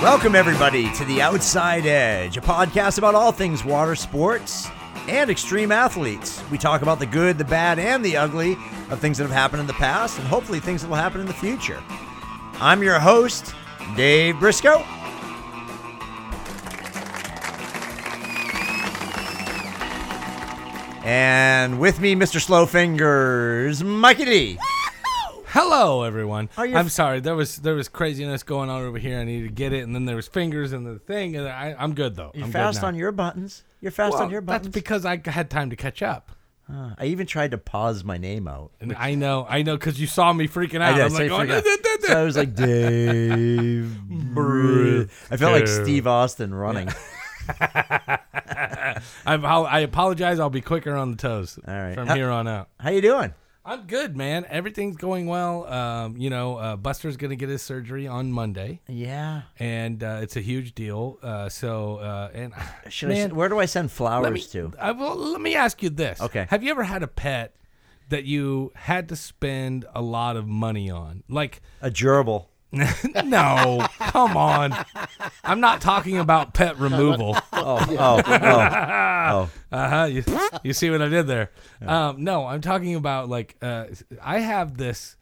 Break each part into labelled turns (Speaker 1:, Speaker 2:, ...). Speaker 1: Welcome, everybody, to The Outside Edge, a podcast about all things water sports and extreme athletes. We talk about the good, the bad, and the ugly of things that have happened in the past and hopefully things that will happen in the future. I'm your host, Dave Briscoe. And with me, Mr. Slowfingers, Mikey D.
Speaker 2: Hello, everyone.
Speaker 1: Are your-
Speaker 2: I'm sorry. There was there was craziness going on over here. I needed to get it, and then there was fingers and the thing. And I, I'm good though.
Speaker 1: You're
Speaker 2: I'm
Speaker 1: fast
Speaker 2: good now.
Speaker 1: on your buttons. You're fast
Speaker 2: Well,
Speaker 1: on your
Speaker 2: that's
Speaker 1: buttons.
Speaker 2: because I had time to catch up.
Speaker 1: Ah, I even tried to pause my name out.
Speaker 2: And I know, I know, because you saw me freaking
Speaker 1: I
Speaker 2: out.
Speaker 1: did.
Speaker 2: I'm
Speaker 1: so,
Speaker 2: like,
Speaker 1: you
Speaker 2: going,
Speaker 1: forgot.
Speaker 2: "Duh, duh, duh,
Speaker 1: So I was like, Dave. Bru-" I felt like
Speaker 2: Bru-
Speaker 1: Steve Austin running.
Speaker 2: duh." I'm, I'll, I apologize. I'll be quicker on the toes
Speaker 1: All right.
Speaker 2: from
Speaker 1: How-
Speaker 2: here on out.
Speaker 1: How you doing?
Speaker 2: I'm good, man. Everything's going well. Um, you know, uh, Buster's gonna get his surgery on Monday,
Speaker 1: Yeah.
Speaker 2: and uh, it's a huge deal. Uh, so, uh, and
Speaker 1: Should I?
Speaker 2: man,
Speaker 1: s- Where do I send flowers
Speaker 2: let me,
Speaker 1: to?
Speaker 2: I will, let me ask you this.
Speaker 1: Okay.
Speaker 2: Have you ever had a pet that you had to spend a lot of money on? Like,
Speaker 1: A gerbil.
Speaker 2: no, come on. I'm not talking about pet removal.
Speaker 1: Oh, oh, oh, oh.
Speaker 2: Uh huh. You, you see what I did there? Um, no, I'm talking about like uh, I have this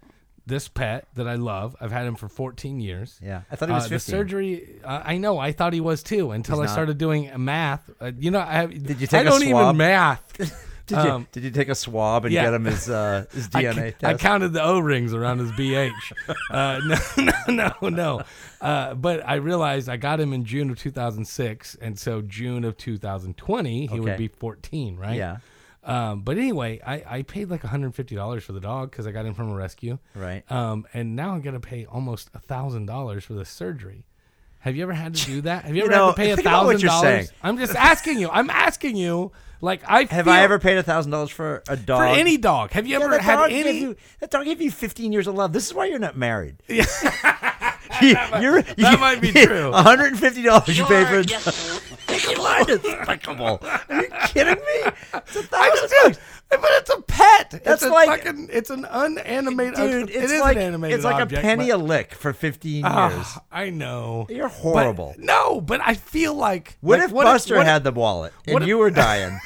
Speaker 2: this pet that I love. I've had him for 14 years.
Speaker 1: Yeah. I thought he was
Speaker 2: Uh, the
Speaker 1: 15.
Speaker 2: surgery. Uh, I know. I thought he was too until I
Speaker 1: not.
Speaker 2: started doing math. Uh, you know, I have. Did
Speaker 1: you
Speaker 2: I
Speaker 1: take a
Speaker 2: don't
Speaker 1: swab?
Speaker 2: even math.
Speaker 1: Did you
Speaker 2: Um,
Speaker 1: did you take a swab and
Speaker 2: yeah.
Speaker 1: get him his uh, his
Speaker 2: I
Speaker 1: DNA
Speaker 2: ca- I,
Speaker 1: test?
Speaker 2: counted the O rings around his BH. Uh, no, no, no, no. Uh, but I realized I got him in June of 2006, and so June of 2020 he would
Speaker 1: Okay.
Speaker 2: be 14, right?
Speaker 1: Yeah.
Speaker 2: Um, but anyway, I, I paid like $150 for the dog because I got him from a rescue.
Speaker 1: Right.
Speaker 2: Um, and now I'm gonna pay almost $1,000 for the surgery. Have you ever had to do that? Have you, ever
Speaker 1: know,
Speaker 2: had to pay
Speaker 1: think about what you're saying.
Speaker 2: $1,000? I'm just asking you. I'm asking you. Like I
Speaker 1: Have
Speaker 2: feel-
Speaker 1: I ever paid a thousand dollars for a dog?
Speaker 2: for any dog? Have you
Speaker 1: Yeah,
Speaker 2: ever
Speaker 1: that
Speaker 2: had
Speaker 1: dog
Speaker 2: any?
Speaker 1: gave you, that dog gave you 15 years of love. This is why you're not married. You- you're- you-
Speaker 2: might be true.
Speaker 1: $150 you Oh, pay for a dog. You are despicable. Are you kidding me? It's a thousand bucks.
Speaker 2: But it's a pet.
Speaker 1: That's
Speaker 2: it's a
Speaker 1: like-
Speaker 2: fucking, it's an unanimated.
Speaker 1: Dude,
Speaker 2: it
Speaker 1: it's
Speaker 2: is
Speaker 1: like,
Speaker 2: an animated.
Speaker 1: it's like
Speaker 2: object,
Speaker 1: a penny
Speaker 2: but-
Speaker 1: a lick for 15 years.
Speaker 2: Ah, I know.
Speaker 1: You're
Speaker 2: But-
Speaker 1: horrible.
Speaker 2: no, but I feel like.
Speaker 1: What
Speaker 2: like,
Speaker 1: if Buster
Speaker 2: what if-
Speaker 1: had the wallet and
Speaker 2: what if-
Speaker 1: you were dying?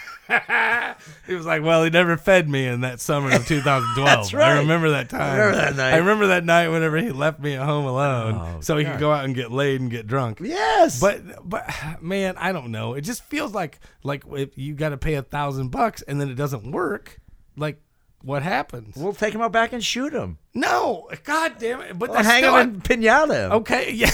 Speaker 2: He was like, well, he never fed me in that summer of 2012.
Speaker 1: That's right.
Speaker 2: I remember that time.
Speaker 1: remember that night.
Speaker 2: I remember that night whenever he left me at home alone,
Speaker 1: Oh,
Speaker 2: so he could go out and get laid and get drunk.
Speaker 1: yes.
Speaker 2: But but man, I don't know. It just feels like like if you got to pay a thousand bucks and then it doesn't work, like what happens?
Speaker 1: we'll take him out back and shoot him.
Speaker 2: No, god damn it! But
Speaker 1: We'll
Speaker 2: that's
Speaker 1: hang
Speaker 2: still
Speaker 1: him in pinata.
Speaker 2: okay, yeah.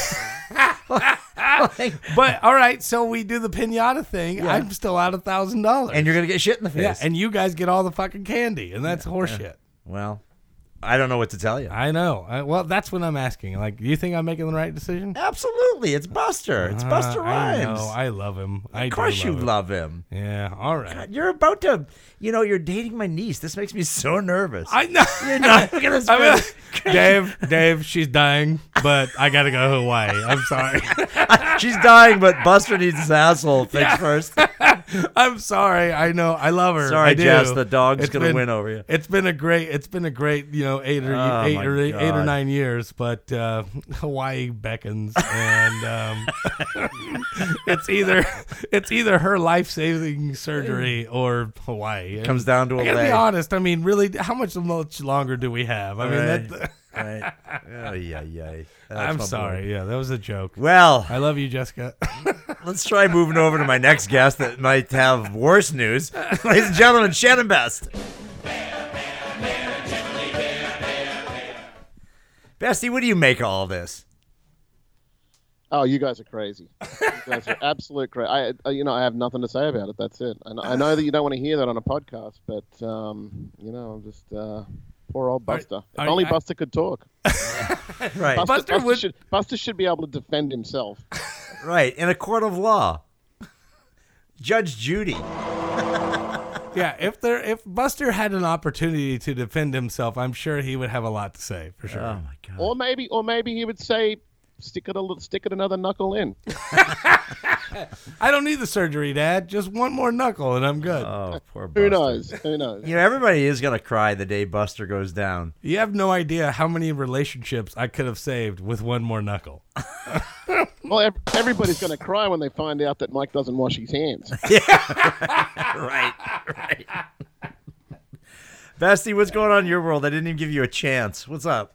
Speaker 1: Okay.
Speaker 2: but all right, so we do the pinata thing. I'm still out a thousand dollars,
Speaker 1: And you're going to get shit in the face.
Speaker 2: yeah, and you guys get all the fucking candy, and that's horseshit.
Speaker 1: well, I don't know what to tell you.
Speaker 2: I know. I, well, that's what I'm asking. Like, do you think I'm making the right decision?
Speaker 1: Absolutely, it's Buster. It's Buster
Speaker 2: Uh, I
Speaker 1: Rhymes.
Speaker 2: know. I love him. I
Speaker 1: of course,
Speaker 2: do
Speaker 1: you
Speaker 2: love him.
Speaker 1: love him.
Speaker 2: Yeah. All right.
Speaker 1: You're about to, you know, you're dating my niece. This makes me so nervous.
Speaker 2: I know.
Speaker 1: You're not gonna
Speaker 2: I mean,
Speaker 1: screw-
Speaker 2: Dave, Dave, she's dying, but I gotta go to Hawaii. I'm sorry.
Speaker 1: She's dying, but Buster needs his asshole fixed first.
Speaker 2: I'm sorry. I know. I love her.
Speaker 1: Sorry,
Speaker 2: I do.
Speaker 1: Jess, the dog's gonna
Speaker 2: been-
Speaker 1: win over you.
Speaker 2: It's been a great. It's been a great. You know, eight or
Speaker 1: Oh,
Speaker 2: eight
Speaker 1: my
Speaker 2: or eight, or
Speaker 1: God.
Speaker 2: nine years, but uh, Hawaii beckons, and um, it's either it's either her life saving surgery or Hawaii.
Speaker 1: Comes down to a
Speaker 2: I gotta be
Speaker 1: leg.
Speaker 2: honest. I mean, really, how much much longer do we have? I mean,
Speaker 1: Right.
Speaker 2: that,
Speaker 1: Right. Oh, yeah, yeah. That's my
Speaker 2: I'm
Speaker 1: boy.
Speaker 2: sorry. Yeah, that was a joke.
Speaker 1: Well,
Speaker 2: I love you, Jessica.
Speaker 1: let's try moving over to my next guest that might have worse news. Ladies and gentlemen, Shannon Best. Bestie, what do you make of all this?
Speaker 3: Oh, you guys are crazy. You guys are absolute crazy. I, I- you know, I have nothing to say about it. That's it. I, kn- I know that you don't want to hear that on a podcast, but um, you know, I'm just uh, poor old
Speaker 2: Are-
Speaker 3: Buster.
Speaker 2: are-
Speaker 3: if only
Speaker 2: I-
Speaker 3: Buster could talk.
Speaker 1: Right,
Speaker 3: Buster,
Speaker 2: Buster
Speaker 3: Buster
Speaker 2: would-
Speaker 3: should Buster should be able to defend himself.
Speaker 1: right. In a court of law, Judge Judy. Oh,
Speaker 2: yeah, if there if Buster had an opportunity to defend himself, I'm sure he would have a lot to say for sure.
Speaker 1: Oh my God.
Speaker 3: Or maybe, or maybe he would say, "Stick it a little, stick it another knuckle in."
Speaker 2: I don't need the surgery, Dad. Just one more knuckle and I'm good.
Speaker 1: Oh, poor Buster.
Speaker 3: Who knows? Who knows?
Speaker 1: You know, everybody is gonna cry the day Buster goes down.
Speaker 2: you have no idea how many relationships I could have saved with one more knuckle.
Speaker 3: Well, ev- everybody's going to cry when they find out that Mike doesn't wash his hands.
Speaker 1: right, right. Bestie, what's going on in your world? I didn't even give you a chance. What's up?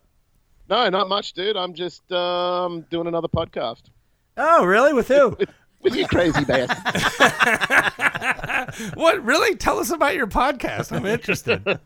Speaker 3: No, not much, dude. I'm just um, doing another podcast
Speaker 1: Oh, really? With who?
Speaker 3: with you, crazy bastard.
Speaker 2: What really? Tell us about your podcast. I'm interested.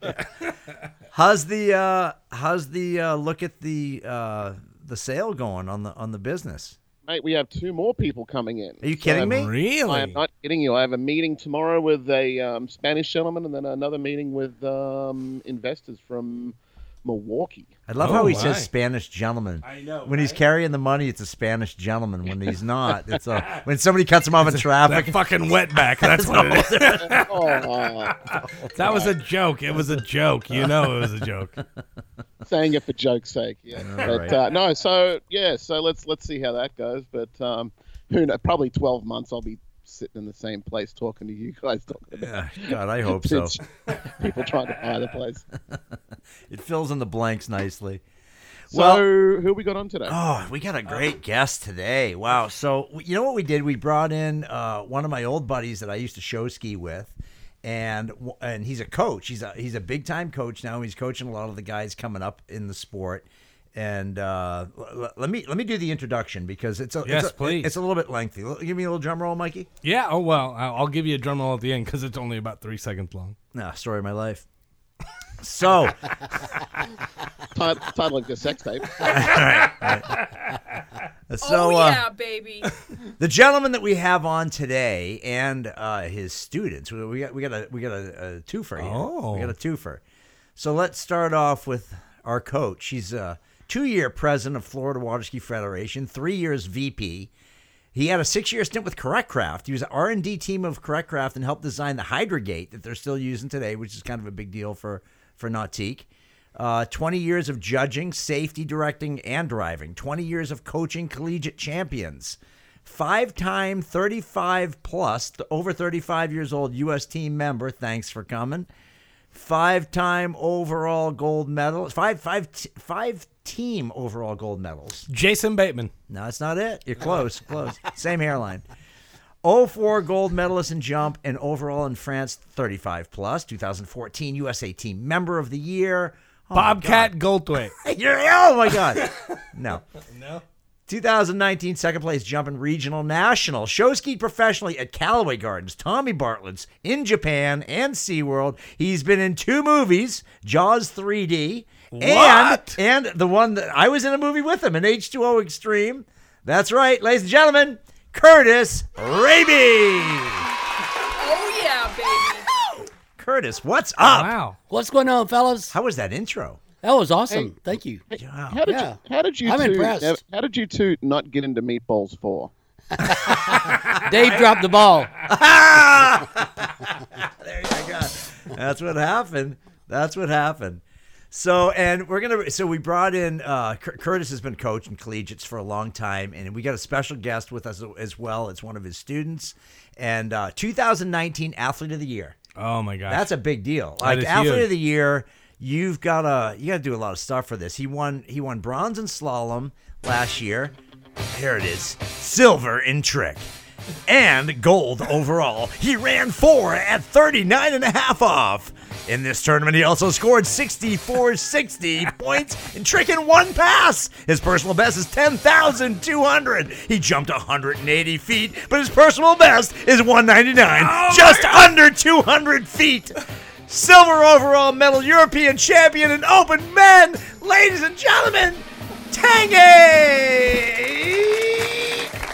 Speaker 1: How's the uh, how's the uh, look at the uh, the sale going on the on the business?
Speaker 3: Mate, we have two more people coming in.
Speaker 1: Are you kidding me?
Speaker 2: really?
Speaker 3: I am not kidding you. I have a meeting tomorrow with a um, Spanish gentleman, and then another meeting with um, investors from Milwaukee.
Speaker 1: I love
Speaker 2: Oh,
Speaker 1: how he
Speaker 2: my.
Speaker 1: says Spanish gentleman.
Speaker 2: I know,
Speaker 1: When he's
Speaker 2: right?
Speaker 1: carrying the money, it's a Spanish gentleman. When he's not, it's a when somebody cuts him off in
Speaker 2: That
Speaker 1: traffic.
Speaker 2: fucking wetback. That's what it is.
Speaker 3: oh,
Speaker 2: That was a joke. It was a joke. You know, it was a joke.
Speaker 3: saying it for joke's sake. Yeah, but
Speaker 1: right.
Speaker 3: uh, no. So yeah, so let's let's see how that goes. But um, who knows? Probably twelve months. I'll be sitting in the same place talking to you guys. Talking about
Speaker 1: Yeah, God, I hope so.
Speaker 3: people trying to buy the place.
Speaker 1: It fills in the blanks nicely.
Speaker 3: So
Speaker 1: Well-
Speaker 3: who we got on today?
Speaker 1: Oh, we got a
Speaker 2: Uh,
Speaker 1: great guest today. Wow. So, w- you know what we did? We brought in uh, one of my old buddies that I used to show ski with. And w- and he's a coach. He's a he's a big time coach now. He's coaching a lot of the guys coming up in the sport. And uh, l- l- let me let me do the introduction because it's a
Speaker 2: Yes,
Speaker 1: it's a,
Speaker 2: please.
Speaker 1: it's a little bit lengthy. L- Give me a little drum roll, Mikey.
Speaker 2: Yeah. Oh well. I- I'll give you a drum roll at the end because it's only about three seconds long.
Speaker 1: No, story of my life. So
Speaker 3: Tit- Title of your sex tape.
Speaker 1: so
Speaker 4: oh
Speaker 1: uh,
Speaker 4: yeah, baby.
Speaker 1: the gentleman that we have on today and uh, his students. We, we got we got a we got a, a twofer here.
Speaker 2: Oh.
Speaker 1: We got a twofer. So let's start off with our coach. She's a two-year president of Florida Water Ski Federation, three years VP. He had a six-year stint with Correct Craft. He was an R&D team of Correct Craft and helped design the Hydrogate that they're still using today, which is kind of a big deal for for Nautique. Uh, 20 years of judging, safety directing, and driving. 20 years of coaching collegiate champions. Five-time 35 plus, th- over 35 years old U.S. team member. Thanks for coming five-time overall gold medal, five five t- five team overall gold medals.
Speaker 2: Jason Bateman.
Speaker 1: No, that's not it. You're close, close. Same hairline. 04 gold medalist in jump and overall in France 35 plus 2014 USA team member of the year. Oh my
Speaker 2: Bobcat Goldthwait.
Speaker 1: God. You're, oh my god. No.
Speaker 2: no.
Speaker 1: 2019 second place jump in regional national show skied professionally at Callaway Gardens, Tommy Bartlett's in Japan and SeaWorld. He's been in two movies, Jaws 3D
Speaker 2: What?
Speaker 1: and and the one that I was in a movie with him, an H2O Extreme. That's right, ladies and gentlemen, Curtis Raby.
Speaker 4: Oh yeah, baby.
Speaker 1: Curtis, what's up?
Speaker 2: Wow.
Speaker 5: What's going on, fellas?
Speaker 1: How was that intro?
Speaker 5: That was awesome. Thank you.
Speaker 1: Wow.
Speaker 3: How did
Speaker 5: Yeah.
Speaker 3: you? How did you
Speaker 5: I'm
Speaker 3: two?
Speaker 5: impressed.
Speaker 3: nev- How did you two not get into meatballs for?
Speaker 5: Dave dropped the ball.
Speaker 1: There you go. That's what happened. That's what happened. So, and we're gonna. So we brought in uh, Cur- Curtis has been coaching collegiates for a long time, and we got a special guest with us as well. It's one of his students, and uh, 2019 Athlete of the Year.
Speaker 2: Oh my gosh.
Speaker 1: That's a big deal. Like
Speaker 2: is
Speaker 1: Athlete
Speaker 2: huge.
Speaker 1: of the Year, you've got to you got to do a lot of stuff for this. He won. He won bronze in slalom last year. Here it is, silver in trick. And gold overall. He ran four at 39 and a half off. In this tournament, he also scored 64 60 points in trick in one pass. His personal best is 10,200. He jumped 180 feet, but his personal best is 199, just under 200 feet. Silver overall medal European champion in open men. Ladies and gentlemen, Tangy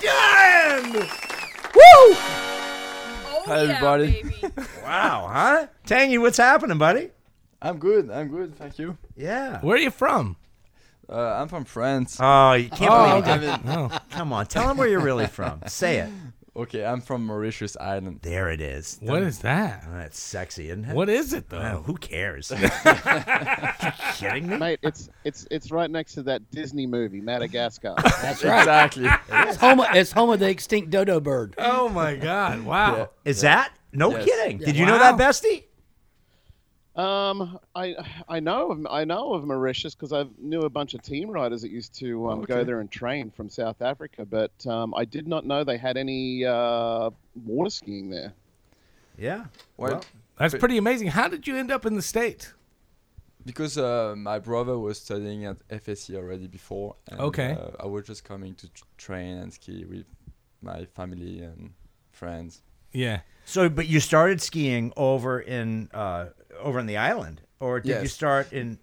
Speaker 1: Gun! Woo!
Speaker 4: Oh
Speaker 6: Hi,
Speaker 4: yeah,
Speaker 6: everybody.
Speaker 4: baby.
Speaker 1: Wow, huh? Tangy, what's happening, buddy?
Speaker 6: I'm good. I'm good. Thank you.
Speaker 1: Yeah.
Speaker 2: Where are you from?
Speaker 6: Uh, I'm from France.
Speaker 1: Oh, you can't believe
Speaker 6: I
Speaker 1: it.
Speaker 6: mean,
Speaker 2: Oh.
Speaker 1: Come on, tell him where you're really from. Say it.
Speaker 6: okay, I'm from Mauritius Island.
Speaker 1: There it is.
Speaker 2: What is that?
Speaker 1: That's sexy, isn't it?
Speaker 2: What is it
Speaker 1: Oh,
Speaker 2: though?
Speaker 1: who cares? kidding me?
Speaker 3: Mate, it's it's it's right next to that Disney movie Madagascar.
Speaker 5: That's right.
Speaker 6: Exactly.
Speaker 5: It's home, it's home of the extinct dodo bird.
Speaker 2: Oh my god. Wow.
Speaker 6: Yeah.
Speaker 1: Is that? No
Speaker 6: Yes.
Speaker 1: kidding. Did you know
Speaker 2: Wow.
Speaker 1: that, Bestie?
Speaker 3: Um, I I know of, I know of Mauritius because I knew a bunch of team riders that used to um, go there and train from South Africa, but um, I did not know they had any uh, water skiing there.
Speaker 1: Yeah.
Speaker 6: Well,
Speaker 1: Well,
Speaker 2: That's pretty amazing. How did you end up in the state?
Speaker 6: because uh, my brother was studying at FSE already before. And,
Speaker 2: Okay.
Speaker 6: Uh, I was just coming to tr- train and ski with my family and friends.
Speaker 2: Yeah.
Speaker 1: so, but you started skiing over in uh, over in the island, or did you
Speaker 6: Yes.
Speaker 1: start in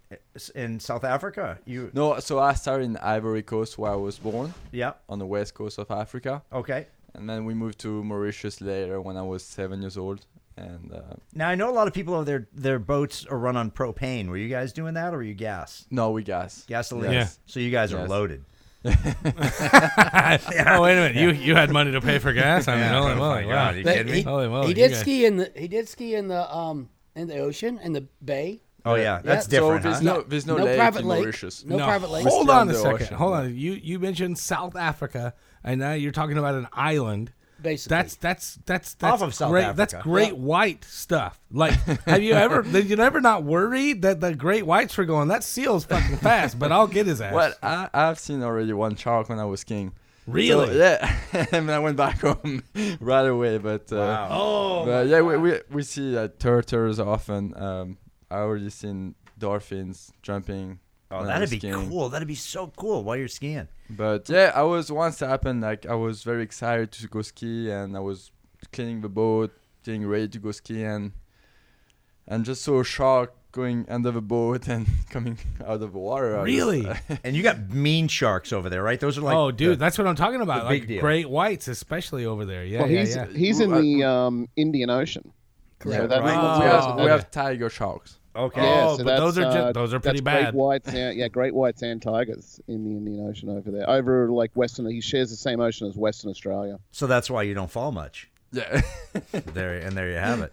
Speaker 1: in South Africa? You
Speaker 6: No, so I started in Ivory Coast where I was born,
Speaker 1: yeah.
Speaker 6: on the west coast of Africa,
Speaker 1: Okay.
Speaker 6: and then we moved to Mauritius later when I was seven years old. And uh,
Speaker 1: Now I know a lot of people have their their boats are run on propane. Were you guys doing that, or were you gas?
Speaker 6: no, we gas.
Speaker 1: Gasoline.
Speaker 2: Yeah.
Speaker 1: So you guys are
Speaker 6: Yes.
Speaker 1: loaded.
Speaker 2: Oh wait a minute. You you had money to pay for gas. I mean, holy
Speaker 1: oh my
Speaker 2: moly! Wow.
Speaker 1: God, you
Speaker 5: But
Speaker 1: kidding
Speaker 5: He,
Speaker 1: me?
Speaker 2: Holy moly,
Speaker 5: he
Speaker 2: you
Speaker 5: did
Speaker 2: guys-
Speaker 5: ski in the he did ski in the um in the ocean in the bay.
Speaker 1: Oh yeah, that's
Speaker 5: So
Speaker 1: different.
Speaker 6: so there's
Speaker 1: huh?
Speaker 6: no there's no, lake
Speaker 5: private
Speaker 6: in
Speaker 5: lake.
Speaker 6: Mauritius.
Speaker 5: No, private lake.
Speaker 2: Hold
Speaker 6: Still
Speaker 2: on a
Speaker 6: in the
Speaker 2: second.
Speaker 6: ocean.
Speaker 2: Hold on. You you mentioned South Africa, and now you're talking about an island.
Speaker 5: Basically.
Speaker 2: that's that's that's that's
Speaker 1: Off of South
Speaker 2: great.
Speaker 1: Africa.
Speaker 2: That's great
Speaker 5: Yeah.
Speaker 2: white stuff. Like, have you ever? did you ever not worry that the great whites were going? That seal's fucking fast, but I'll get his ass.
Speaker 6: Well, I, I've seen already one shark when I was king.
Speaker 2: Really?
Speaker 6: yeah. and I went back home right away. But uh,
Speaker 2: Oh,
Speaker 6: but yeah, we, we we see uh, turtles often. Um, I already seen dolphins jumping.
Speaker 1: Oh,
Speaker 6: when I
Speaker 1: that'd
Speaker 6: was
Speaker 1: be
Speaker 6: skiing.
Speaker 1: cool. That'd be so cool while you're skiing.
Speaker 6: But yeah, I was once happened like I was very excited to go ski and I was cleaning the boat, getting ready to go ski and and just saw a shark going under the boat and coming out of the water. I was-
Speaker 2: really?
Speaker 1: And you got mean sharks over there, right? Those are like
Speaker 2: oh, dude,
Speaker 1: the-
Speaker 2: that's what I'm talking about.
Speaker 1: big
Speaker 2: Like
Speaker 1: deal.
Speaker 2: great whites, especially over there. Yeah,
Speaker 3: Well,
Speaker 2: Oh, yeah,
Speaker 3: he's
Speaker 2: yeah.
Speaker 3: he's in the um, Indian Ocean. So that
Speaker 1: Right.
Speaker 6: we,
Speaker 3: means-
Speaker 6: have, we have tiger sharks.
Speaker 1: okay.
Speaker 3: Yeah,
Speaker 2: Oh,
Speaker 3: so
Speaker 2: but those
Speaker 3: that's,
Speaker 2: are ju-
Speaker 3: uh,
Speaker 2: those are pretty
Speaker 3: that's
Speaker 2: bad.
Speaker 3: Great whites, and, yeah, great whites and tigers in the Indian Ocean over there. Over like Western, he shares the same ocean as Western Australia.
Speaker 1: So that's why you don't fall much.
Speaker 6: Yeah.
Speaker 1: There and there you have it.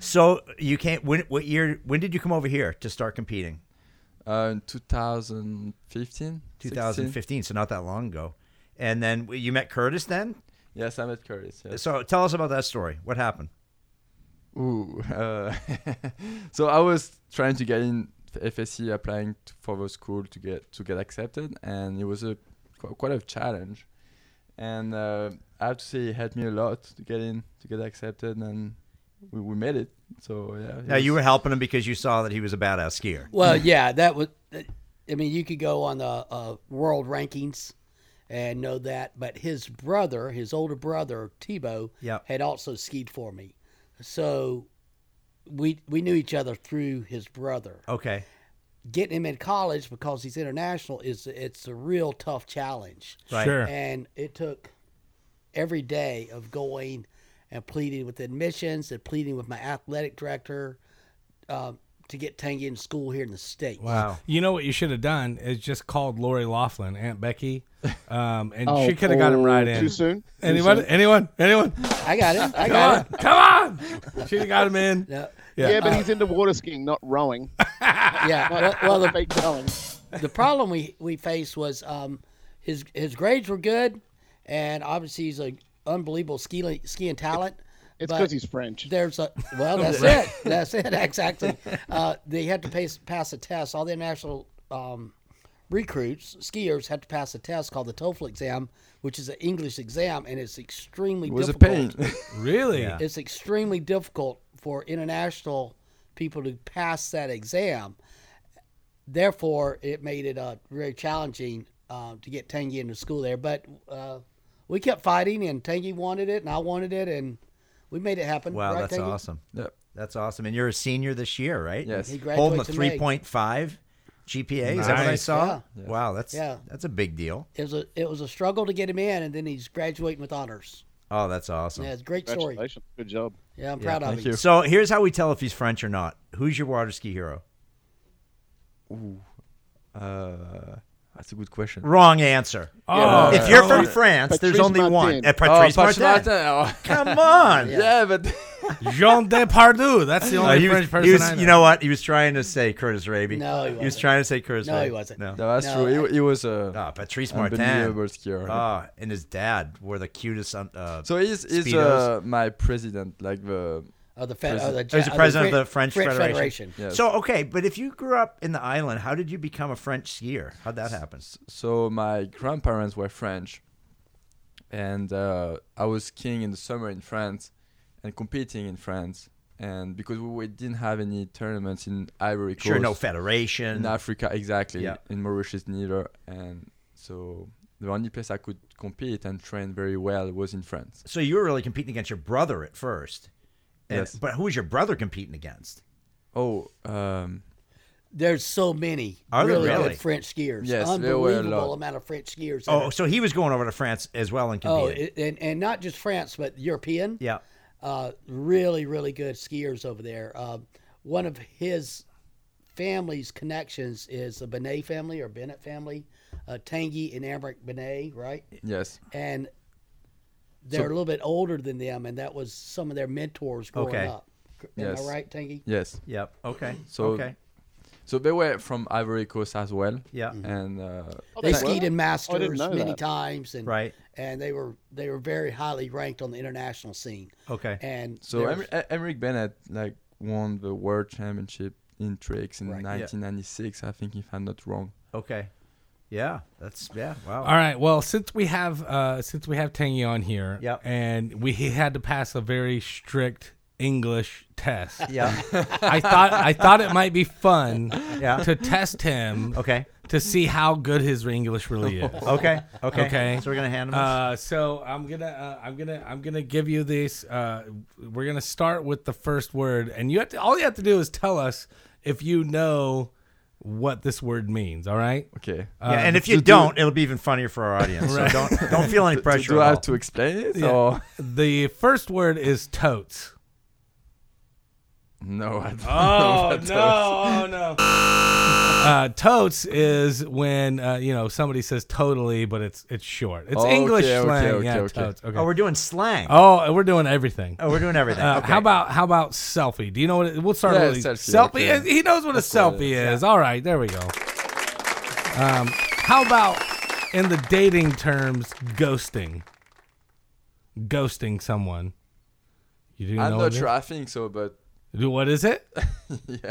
Speaker 1: So you can't. When what year? When did you come over here to start competing?
Speaker 6: uh, in 2015. 16?
Speaker 1: 2015. So not that long ago. And then you met Curtis. Then
Speaker 6: Yes, I met Curtis. Yes.
Speaker 1: so tell us about that story. What happened?
Speaker 6: Ooh. Uh, so I was trying to get in FSE, applying t for the school to get to get accepted, and it was a qu- quite a challenge. And uh, I have to say, it helped me a lot to get in, to get accepted, and we, we made it. So yeah. it
Speaker 1: Now you
Speaker 6: was-
Speaker 1: were helping him because you saw that he was a badass skier.
Speaker 5: Well, yeah, that was. I mean, you could go on the uh, world rankings and know that, but his brother, his older brother Tebow,
Speaker 1: Yep.
Speaker 5: had also skied for me, so we we knew each other through his brother.
Speaker 1: Okay.
Speaker 5: Getting him in college because he's international is it's a real tough challenge.
Speaker 1: Right.
Speaker 2: Sure.
Speaker 5: and it took every day of going and pleading with admissions and pleading with my athletic director um, to get Tangy in school here in the states.
Speaker 1: Wow.
Speaker 2: You know what you should have done is just called Lori Laughlin, Aunt Becky, um, and
Speaker 3: Oh,
Speaker 2: she could have got him right
Speaker 3: oh,
Speaker 2: in.
Speaker 3: Too soon. Too
Speaker 2: Anyone?
Speaker 3: soon?
Speaker 2: Anyone? Anyone?
Speaker 5: I got it.
Speaker 2: Come
Speaker 5: I got
Speaker 2: on!
Speaker 5: it.
Speaker 2: Come on! She got him in.
Speaker 5: No,
Speaker 2: Yeah.
Speaker 3: Yeah, but he's into water skiing, not rowing.
Speaker 5: yeah. Well, well,
Speaker 3: Not
Speaker 5: the,
Speaker 3: fake rowing.
Speaker 5: the problem we, we faced was um, his his grades were good, and obviously he's an unbelievable ski, skiing talent.
Speaker 3: It's
Speaker 5: but-
Speaker 3: because he's French.
Speaker 5: There's a well, that's it. That's it. Exactly. Uh, they had to pass, pass a test. All the international um, recruits, skiers, had to pass a test called the TOEFL exam, which is an English exam, and it's extremely
Speaker 6: It was a
Speaker 5: difficult.
Speaker 6: pain.
Speaker 2: Really?
Speaker 5: It's extremely difficult for international people to pass that exam. Therefore, it made it uh, very challenging uh, to get Tangy into school there. But uh, we kept fighting, and Tangy wanted it, and I wanted it, and we made it happen.
Speaker 1: Wow.
Speaker 5: right,
Speaker 1: that's
Speaker 5: Tangy?
Speaker 1: awesome.
Speaker 6: yeah.
Speaker 1: That's awesome. And you're a senior this year, right?
Speaker 6: Yes. He
Speaker 1: Holding a
Speaker 5: graduates in May.
Speaker 1: 3.5 GPA. Is that what I
Speaker 2: Nice.
Speaker 1: saw?
Speaker 5: Yeah.
Speaker 1: Wow. That's
Speaker 5: Yeah.
Speaker 1: that's a big deal.
Speaker 5: It was a it was a struggle to get him in, and then he's graduating with honors.
Speaker 1: Oh, that's awesome.
Speaker 5: Yeah, it's a great story.
Speaker 3: Congratulations. Good job.
Speaker 5: Yeah, I'm proud of
Speaker 6: Thank
Speaker 5: him.
Speaker 6: you.
Speaker 1: So here's how we tell if he's French or not. Who's your water ski hero?
Speaker 6: Uh, that's a good question.
Speaker 1: Wrong answer.
Speaker 2: Oh,
Speaker 1: if you're from
Speaker 2: yeah.
Speaker 1: France, there's
Speaker 3: Patrice
Speaker 1: only one.
Speaker 3: Martin.
Speaker 1: Uh, Patrice
Speaker 6: Oh, Patrice
Speaker 1: Martin.
Speaker 6: Martin, oh.
Speaker 1: Come on.
Speaker 6: yeah, but
Speaker 2: Jean Depardieu. That's the
Speaker 1: Uh,
Speaker 2: only
Speaker 1: he was,
Speaker 2: French person
Speaker 1: he was-
Speaker 2: I know.
Speaker 1: you know what? He was trying to say Curtis Raby.
Speaker 5: No, he
Speaker 1: was
Speaker 5: wasn't.
Speaker 1: trying to say Curtis
Speaker 5: No, he
Speaker 1: Raby.
Speaker 5: wasn't.
Speaker 1: No.
Speaker 6: that's
Speaker 5: No,
Speaker 6: true. It, it was uh, a
Speaker 1: Ah, Patrice
Speaker 6: unbelievable
Speaker 1: Martin.
Speaker 6: skier.
Speaker 1: Ah, and his dad were the cutest. Uh,
Speaker 6: So he's he's
Speaker 1: Speedos.
Speaker 6: uh, my president, like the
Speaker 5: of the Fed, of the,
Speaker 1: He was Oh, the
Speaker 5: of
Speaker 1: president of
Speaker 5: Fren-
Speaker 1: the French Federation.
Speaker 6: Yes.
Speaker 1: So okay, but if you grew up in the island, how did you become a French skier? How'd that happen?
Speaker 6: So my grandparents were French, and uh, I was skiing in the summer in France, and competing in France. And because we, we didn't have any tournaments in Ivory Coast,
Speaker 1: Sure, no federation.
Speaker 6: in Africa, exactly,
Speaker 1: Yeah.
Speaker 6: in Mauritius neither. And so the only place I could compete and train very well was in France.
Speaker 1: So you were really competing against your brother at first. And-
Speaker 6: Yes.
Speaker 1: But who was your brother competing against?
Speaker 6: Oh, um,
Speaker 5: There's so many
Speaker 1: Are there
Speaker 5: really,
Speaker 1: really?
Speaker 5: good French skiers.
Speaker 6: Yes, there were a
Speaker 5: unbelievable
Speaker 6: lot.
Speaker 5: amount of French skiers.
Speaker 1: Oh, so he was going over to France as well and
Speaker 5: oh,
Speaker 1: competing.
Speaker 5: it- and and not just France, but European.
Speaker 1: yeah.
Speaker 5: uh, really, really good skiers over there. Uh, one of his family's connections is the Benet family or Bennett family, uh, Tanguy and Amric Benet, right?
Speaker 6: yes.
Speaker 5: And they're a little bit older than them, and that was some of their mentors growing
Speaker 1: Okay.
Speaker 5: up. Am
Speaker 6: Yes.
Speaker 5: I right, Tanguy?
Speaker 6: Yes.
Speaker 1: Yep. Okay.
Speaker 6: So-
Speaker 1: okay.
Speaker 6: So they were from Ivory Coast as well.
Speaker 1: Yeah.
Speaker 6: And uh,
Speaker 3: Oh,
Speaker 5: They
Speaker 3: were?
Speaker 5: skied in
Speaker 3: I didn't
Speaker 5: Masters
Speaker 3: know
Speaker 5: many
Speaker 3: that.
Speaker 5: times, and
Speaker 1: Right.
Speaker 5: and they were they were very highly ranked on the international scene.
Speaker 1: Okay.
Speaker 5: And
Speaker 6: so
Speaker 5: there's-
Speaker 6: Emmer- E- Emmerich Bennett like won the world championship in tricks in
Speaker 5: Right. Yeah.
Speaker 6: 1996, I think, if I'm not wrong.
Speaker 1: Okay. Yeah. That's yeah. Wow.
Speaker 2: All right. Well, since we have uh, since we have Tangy on here,
Speaker 1: Yep.
Speaker 2: and we he had to pass a very strict English test.
Speaker 1: Yeah.
Speaker 2: I thought I thought it might be fun
Speaker 1: Yeah.
Speaker 2: to test him
Speaker 1: Okay.
Speaker 2: to see how good his English really is.
Speaker 1: Okay. Okay.
Speaker 2: Okay.
Speaker 1: So we're gonna hand him. this.
Speaker 2: Uh, so I'm gonna uh, I'm gonna I'm gonna give you these. Uh, we're gonna start with the first word, and you have to all you have to do is tell us if you know what this word means. All right.
Speaker 6: Okay.
Speaker 1: yeah, and if you don't, it'll be even funnier for our audience. So don't don't feel any
Speaker 6: Do-
Speaker 1: pressure.
Speaker 6: do
Speaker 1: at
Speaker 6: I
Speaker 1: all.
Speaker 6: have to explain it?
Speaker 2: Yeah.
Speaker 6: Or?
Speaker 2: The first word is totes.
Speaker 6: No, I
Speaker 2: Oh
Speaker 6: don't know about those.
Speaker 2: no! Oh no! Uh, totes is when uh, you know somebody says totally, but it's it's short. It's
Speaker 6: Oh, okay,
Speaker 2: English
Speaker 6: okay,
Speaker 2: slang.
Speaker 6: okay,
Speaker 2: yeah,
Speaker 6: okay.
Speaker 2: totes. Okay.
Speaker 1: Oh, we're doing slang. Oh,
Speaker 2: Oh, and we're doing everything.
Speaker 1: we're doing everything.
Speaker 2: Uh,
Speaker 1: okay.
Speaker 2: How about how about selfie? Do you know what? It, we'll start
Speaker 6: Yeah,
Speaker 2: with
Speaker 6: selfie,
Speaker 2: selfie.
Speaker 6: okay.
Speaker 2: He knows what a
Speaker 6: what it
Speaker 2: selfie is. All right, there we go. Um, how about in the dating terms, ghosting? Ghosting someone. You do know
Speaker 6: I'm
Speaker 2: what
Speaker 6: not
Speaker 2: it is?
Speaker 6: sure. I think so, but
Speaker 2: Do- What is it?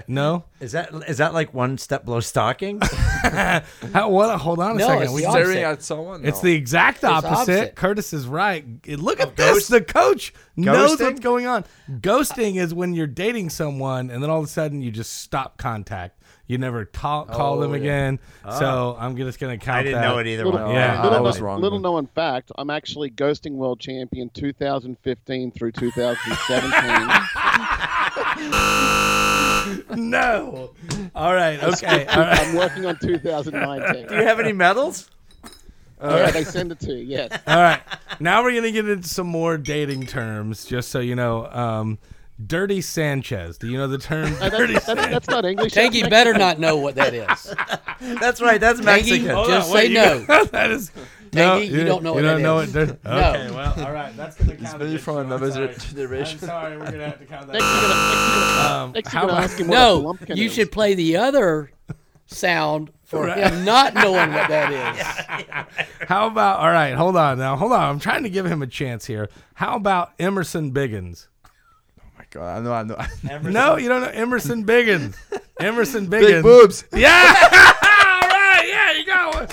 Speaker 2: No.
Speaker 1: is that is that like one step below stocking?
Speaker 2: How, well, hold on a
Speaker 5: No,
Speaker 2: second.
Speaker 5: it's
Speaker 2: We
Speaker 5: the
Speaker 2: just-
Speaker 5: opposite.
Speaker 6: staring at someone. Oh
Speaker 2: It's
Speaker 6: no.
Speaker 2: the exact opposite.
Speaker 5: opposite.
Speaker 2: Curtis is right. Eh, Look at this. The coach knows what's
Speaker 1: Ghosting?
Speaker 2: going on. Ghosting is when you're dating someone and then all of a sudden you just stop contact. You never ta- call them
Speaker 6: yeah.
Speaker 2: again. So I'm just going to count
Speaker 1: I didn't
Speaker 2: that.
Speaker 1: know it either. Oh.
Speaker 3: Little-
Speaker 1: one.
Speaker 2: Oh, Yeah,
Speaker 6: I
Speaker 3: little
Speaker 6: was
Speaker 3: kno-
Speaker 6: wrong.
Speaker 3: Little known fact: I'm actually ghosting world champion 2015 through 2017.
Speaker 2: No. All right. Okay. Uh, All right.
Speaker 3: I'm working on 2019.
Speaker 1: Do you have any medals?
Speaker 3: yeah, they send it to you. Yes.
Speaker 2: All right. Now we're going to get into some more dating terms, just so you know. Um, Dirty Sanchez. Do you know the term?
Speaker 3: No,
Speaker 2: Dirty
Speaker 3: Oh, that's, that's, that's not English. that's Mexican.
Speaker 5: Tanguy better not know what that is.
Speaker 1: That's right. That's
Speaker 5: Tangy,
Speaker 1: Mexican.
Speaker 5: just
Speaker 2: Hold on,
Speaker 5: say
Speaker 2: wait, you
Speaker 5: no.
Speaker 2: got- that is.
Speaker 5: Tangy, you don't know
Speaker 2: You don't
Speaker 5: what that
Speaker 2: know
Speaker 5: is.
Speaker 2: what. dirt- Okay,
Speaker 5: No.
Speaker 2: well, all right. That's gonna count.
Speaker 6: maybe
Speaker 2: against
Speaker 6: from
Speaker 2: you. I'm
Speaker 6: another
Speaker 2: sorry.
Speaker 6: generation.
Speaker 2: I'm sorry, we're gonna have to count
Speaker 3: Next,
Speaker 2: that.
Speaker 3: you're gonna,
Speaker 2: um,
Speaker 3: next,
Speaker 2: how
Speaker 3: you're gonna
Speaker 2: about,
Speaker 3: ask him what a
Speaker 5: No,
Speaker 3: plumpkin
Speaker 5: you
Speaker 3: is.
Speaker 5: should play the other sound for
Speaker 2: Right.
Speaker 5: him not knowing what that is.
Speaker 2: how about? All right, hold on now. Hold on. I'm trying to give him a chance here. How about Emerson Biggins?
Speaker 6: Oh my god! I know. I know.
Speaker 2: No, you don't know Emerson Biggins. Emerson Biggins.
Speaker 6: Big boobs.
Speaker 2: Yeah. all right. Yeah, you got one.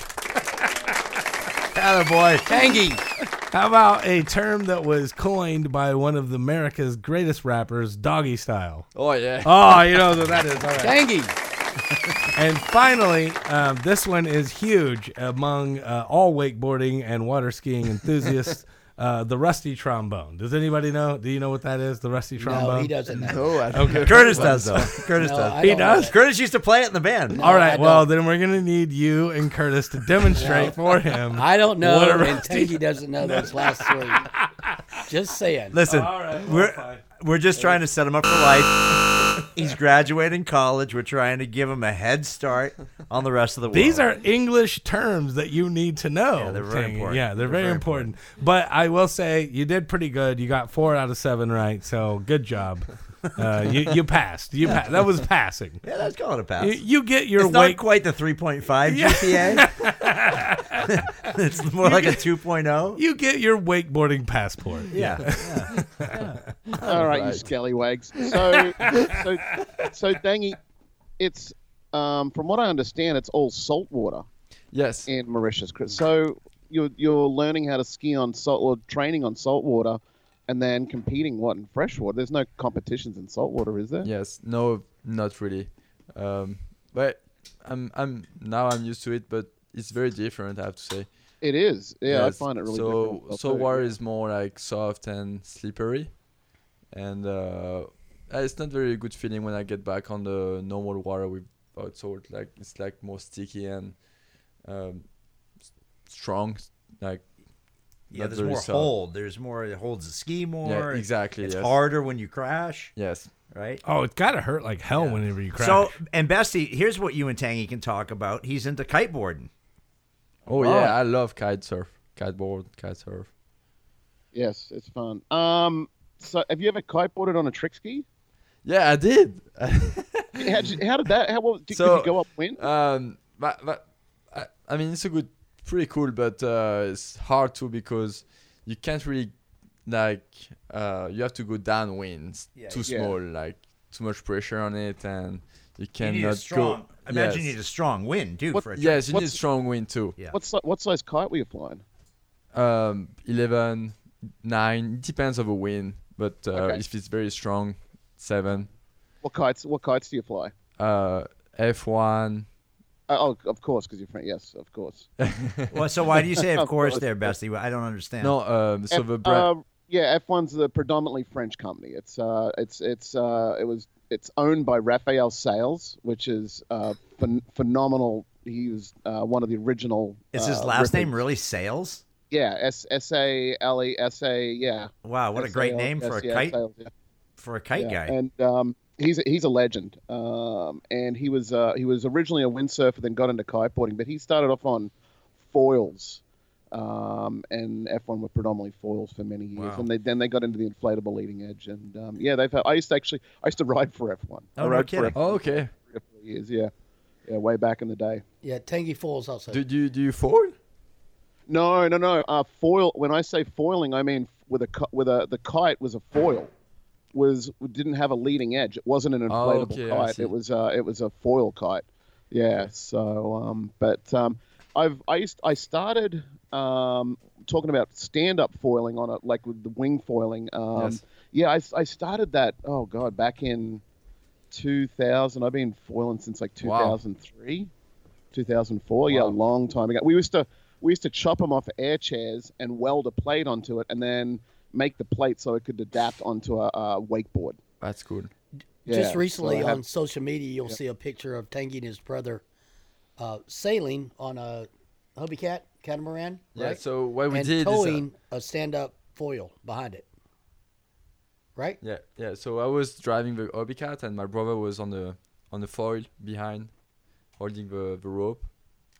Speaker 1: boy.
Speaker 5: Tangy,
Speaker 2: How about a term that was coined by one of America's greatest rappers, Doggy Style?
Speaker 6: Oh yeah.
Speaker 2: Oh, you know what that is. All right.
Speaker 5: Tangy,
Speaker 2: And finally, um, this one is huge among uh, all wakeboarding and water skiing enthusiasts. uh, the rusty trombone. Does anybody know? Do you know what that is? The rusty trombone.
Speaker 5: No, he doesn't know.
Speaker 6: No, I don't know.
Speaker 1: Curtis does though. Curtis
Speaker 5: No, I
Speaker 1: does.
Speaker 5: don't know that.
Speaker 1: Curtis used to play it in the band.
Speaker 2: All
Speaker 5: I
Speaker 2: right. Well,
Speaker 5: don't.
Speaker 2: then we're gonna need you and Curtis to demonstrate for him.
Speaker 5: I don't
Speaker 2: What a
Speaker 5: know, and
Speaker 2: rusty-
Speaker 5: Tangy doesn't know those last three. Just saying.
Speaker 1: Listen,
Speaker 2: All right, well, fine.
Speaker 1: we're we're just trying to set him up for life. He's graduating college. We're trying to give him a head start on the rest of the world.
Speaker 2: These are English terms that you need to know.
Speaker 1: Yeah, they're very
Speaker 2: Tangy.
Speaker 1: important.
Speaker 2: Yeah, they're, very, important. But I will say you did pretty good. You got four out of seven right. So good job. Uh, you, you passed. You pa- that was passing.
Speaker 1: Yeah, let's call it a pass.
Speaker 2: You, you get your
Speaker 1: it's
Speaker 2: weight.
Speaker 1: not quite the 3.5 GPA. it's more like a 2.0.
Speaker 2: you get your wakeboarding passport.
Speaker 1: Yeah.
Speaker 3: All right, you scallywags. So, so, so, Dangy, it's um, from what I understand, it's all salt water
Speaker 6: Yes.
Speaker 3: in Mauritius. Chris. So you're you're learning how to ski on salt or training on salt water, and then competing what in freshwater. There's no competitions in salt water, is there?
Speaker 6: Yes. No, not really. Um, but I'm I'm now I'm used to it, but it's very different. I have to say.
Speaker 3: It is. Yeah, I
Speaker 6: Yes,
Speaker 3: find it really.
Speaker 6: So
Speaker 3: difficult,
Speaker 6: so
Speaker 3: too.
Speaker 6: water is more like soft and slippery, and uh, uh, it's not very good feeling when I get back on the normal water without salt. Like it's like more sticky and um, s- strong, s- like
Speaker 1: Yeah,
Speaker 6: not
Speaker 1: there's
Speaker 6: very
Speaker 1: more
Speaker 6: soft.
Speaker 1: hold. There's more. It holds the ski more.
Speaker 6: Yeah,
Speaker 1: It's-
Speaker 6: exactly.
Speaker 1: It's
Speaker 6: yes.
Speaker 1: harder when you crash,
Speaker 6: Yes.
Speaker 1: right?
Speaker 2: Oh, it's gotta hurt like hell whenever you crash.
Speaker 1: So, and Bestie, here's what you and Tangy can talk about. He's into kiteboarding.
Speaker 6: Oh yeah, I love kite surf, kiteboard, kite surf.
Speaker 3: Yes, it's fun. Um, so have you ever kiteboarded on a trick ski?
Speaker 6: Yeah, I did.
Speaker 3: How did, how did that? How well, did,
Speaker 6: So,
Speaker 3: did you go upwind?
Speaker 6: um, but, but I, I mean, it's a good, pretty cool, but uh, it's hard too because you can't really like uh, you have to go downwind. It's
Speaker 1: Yeah,
Speaker 6: too
Speaker 3: yeah.
Speaker 6: small, like too much pressure on it, and you
Speaker 1: You
Speaker 6: cannot
Speaker 1: need a strong.
Speaker 6: go.
Speaker 1: Imagine you
Speaker 6: yes.
Speaker 1: need a strong wind too
Speaker 3: What-
Speaker 1: for a
Speaker 6: Yes, you need
Speaker 3: What's-
Speaker 6: strong wind too.
Speaker 1: Yeah.
Speaker 3: What si- what size kite were you flying?
Speaker 6: Um, 11, 9, it depends of a wind, but uh,
Speaker 3: Okay.
Speaker 6: if it's very strong, 7.
Speaker 3: What kites? What kites do you fly?
Speaker 6: Uh, F1,
Speaker 3: Uh, oh, of course, because you're friend. Yes, of course.
Speaker 1: Well, so why do you say of
Speaker 3: Of
Speaker 1: course
Speaker 3: course.
Speaker 1: there, Bestie? I don't understand.
Speaker 6: no, um, so
Speaker 3: F-
Speaker 6: the brand,
Speaker 3: uh, yeah, F one's the predominantly French company. It's uh, it's it's uh, it was it's owned by Raphael Sales, which is uh, phen- phenomenal. He was uh, one of the original.
Speaker 1: Is
Speaker 3: uh,
Speaker 1: his last
Speaker 3: ripping-
Speaker 1: name really Sales?
Speaker 3: Yeah, S S A L E S A. Yeah.
Speaker 1: Wow, what a great name for a
Speaker 3: S-A-L-E-S-A,
Speaker 1: kite
Speaker 3: E Sales, yeah.
Speaker 1: for a kite
Speaker 3: Yeah,
Speaker 1: guy.
Speaker 3: And um, he's a, he's a legend. Um, and he was uh, he was originally a windsurfer, then got into kiteboarding, but he started off on foils. Um, and F1 were predominantly foils for many years,
Speaker 1: Wow.
Speaker 3: and they, then they got into the inflatable leading edge. And um, yeah, they've had, I used to actually I used to ride for F1.
Speaker 1: Oh,
Speaker 3: I
Speaker 1: no
Speaker 3: rode
Speaker 1: kidding.
Speaker 3: for F1
Speaker 6: oh, okay.
Speaker 3: for a couple of years. Yeah, yeah, way back in the day.
Speaker 5: Yeah, Tangy Falls also.
Speaker 6: Do, do, you- do you fold?
Speaker 3: No, no, no. Uh, foil. When I say foiling, I mean f- with a ki- with a the kite was a foil, was didn't have a leading edge. It wasn't an inflatable
Speaker 6: Oh, okay, I
Speaker 3: kite.
Speaker 6: see.
Speaker 3: It was uh, it was a foil kite. Yeah. So, um, but um, I've I used I started um, talking about stand up foiling on it, like with the wing foiling. Um,
Speaker 6: Yes.
Speaker 3: Yeah, I, s- I started that. Oh God, back in 2000. I've been foiling since like
Speaker 6: Wow.
Speaker 3: 2003. 2004. Yeah, a long time ago. We used to we used to chop them off air chairs and weld a plate onto it, and then make the plate so it could adapt onto a, a wakeboard.
Speaker 6: That's cool.
Speaker 3: Yeah,
Speaker 5: Just
Speaker 3: so
Speaker 5: recently
Speaker 3: I
Speaker 5: on
Speaker 3: have-
Speaker 5: social media, you'll see a picture of Tangy and his brother uh, sailing on a Hobie Cat catamaran,
Speaker 6: Yeah.
Speaker 5: right?
Speaker 6: So what we
Speaker 5: and
Speaker 6: did is, uh,
Speaker 5: towing a stand-up foil behind it, right?
Speaker 6: yeah, yeah. So I was driving the hobby cat, and my brother was on the on the foil behind, holding the the rope.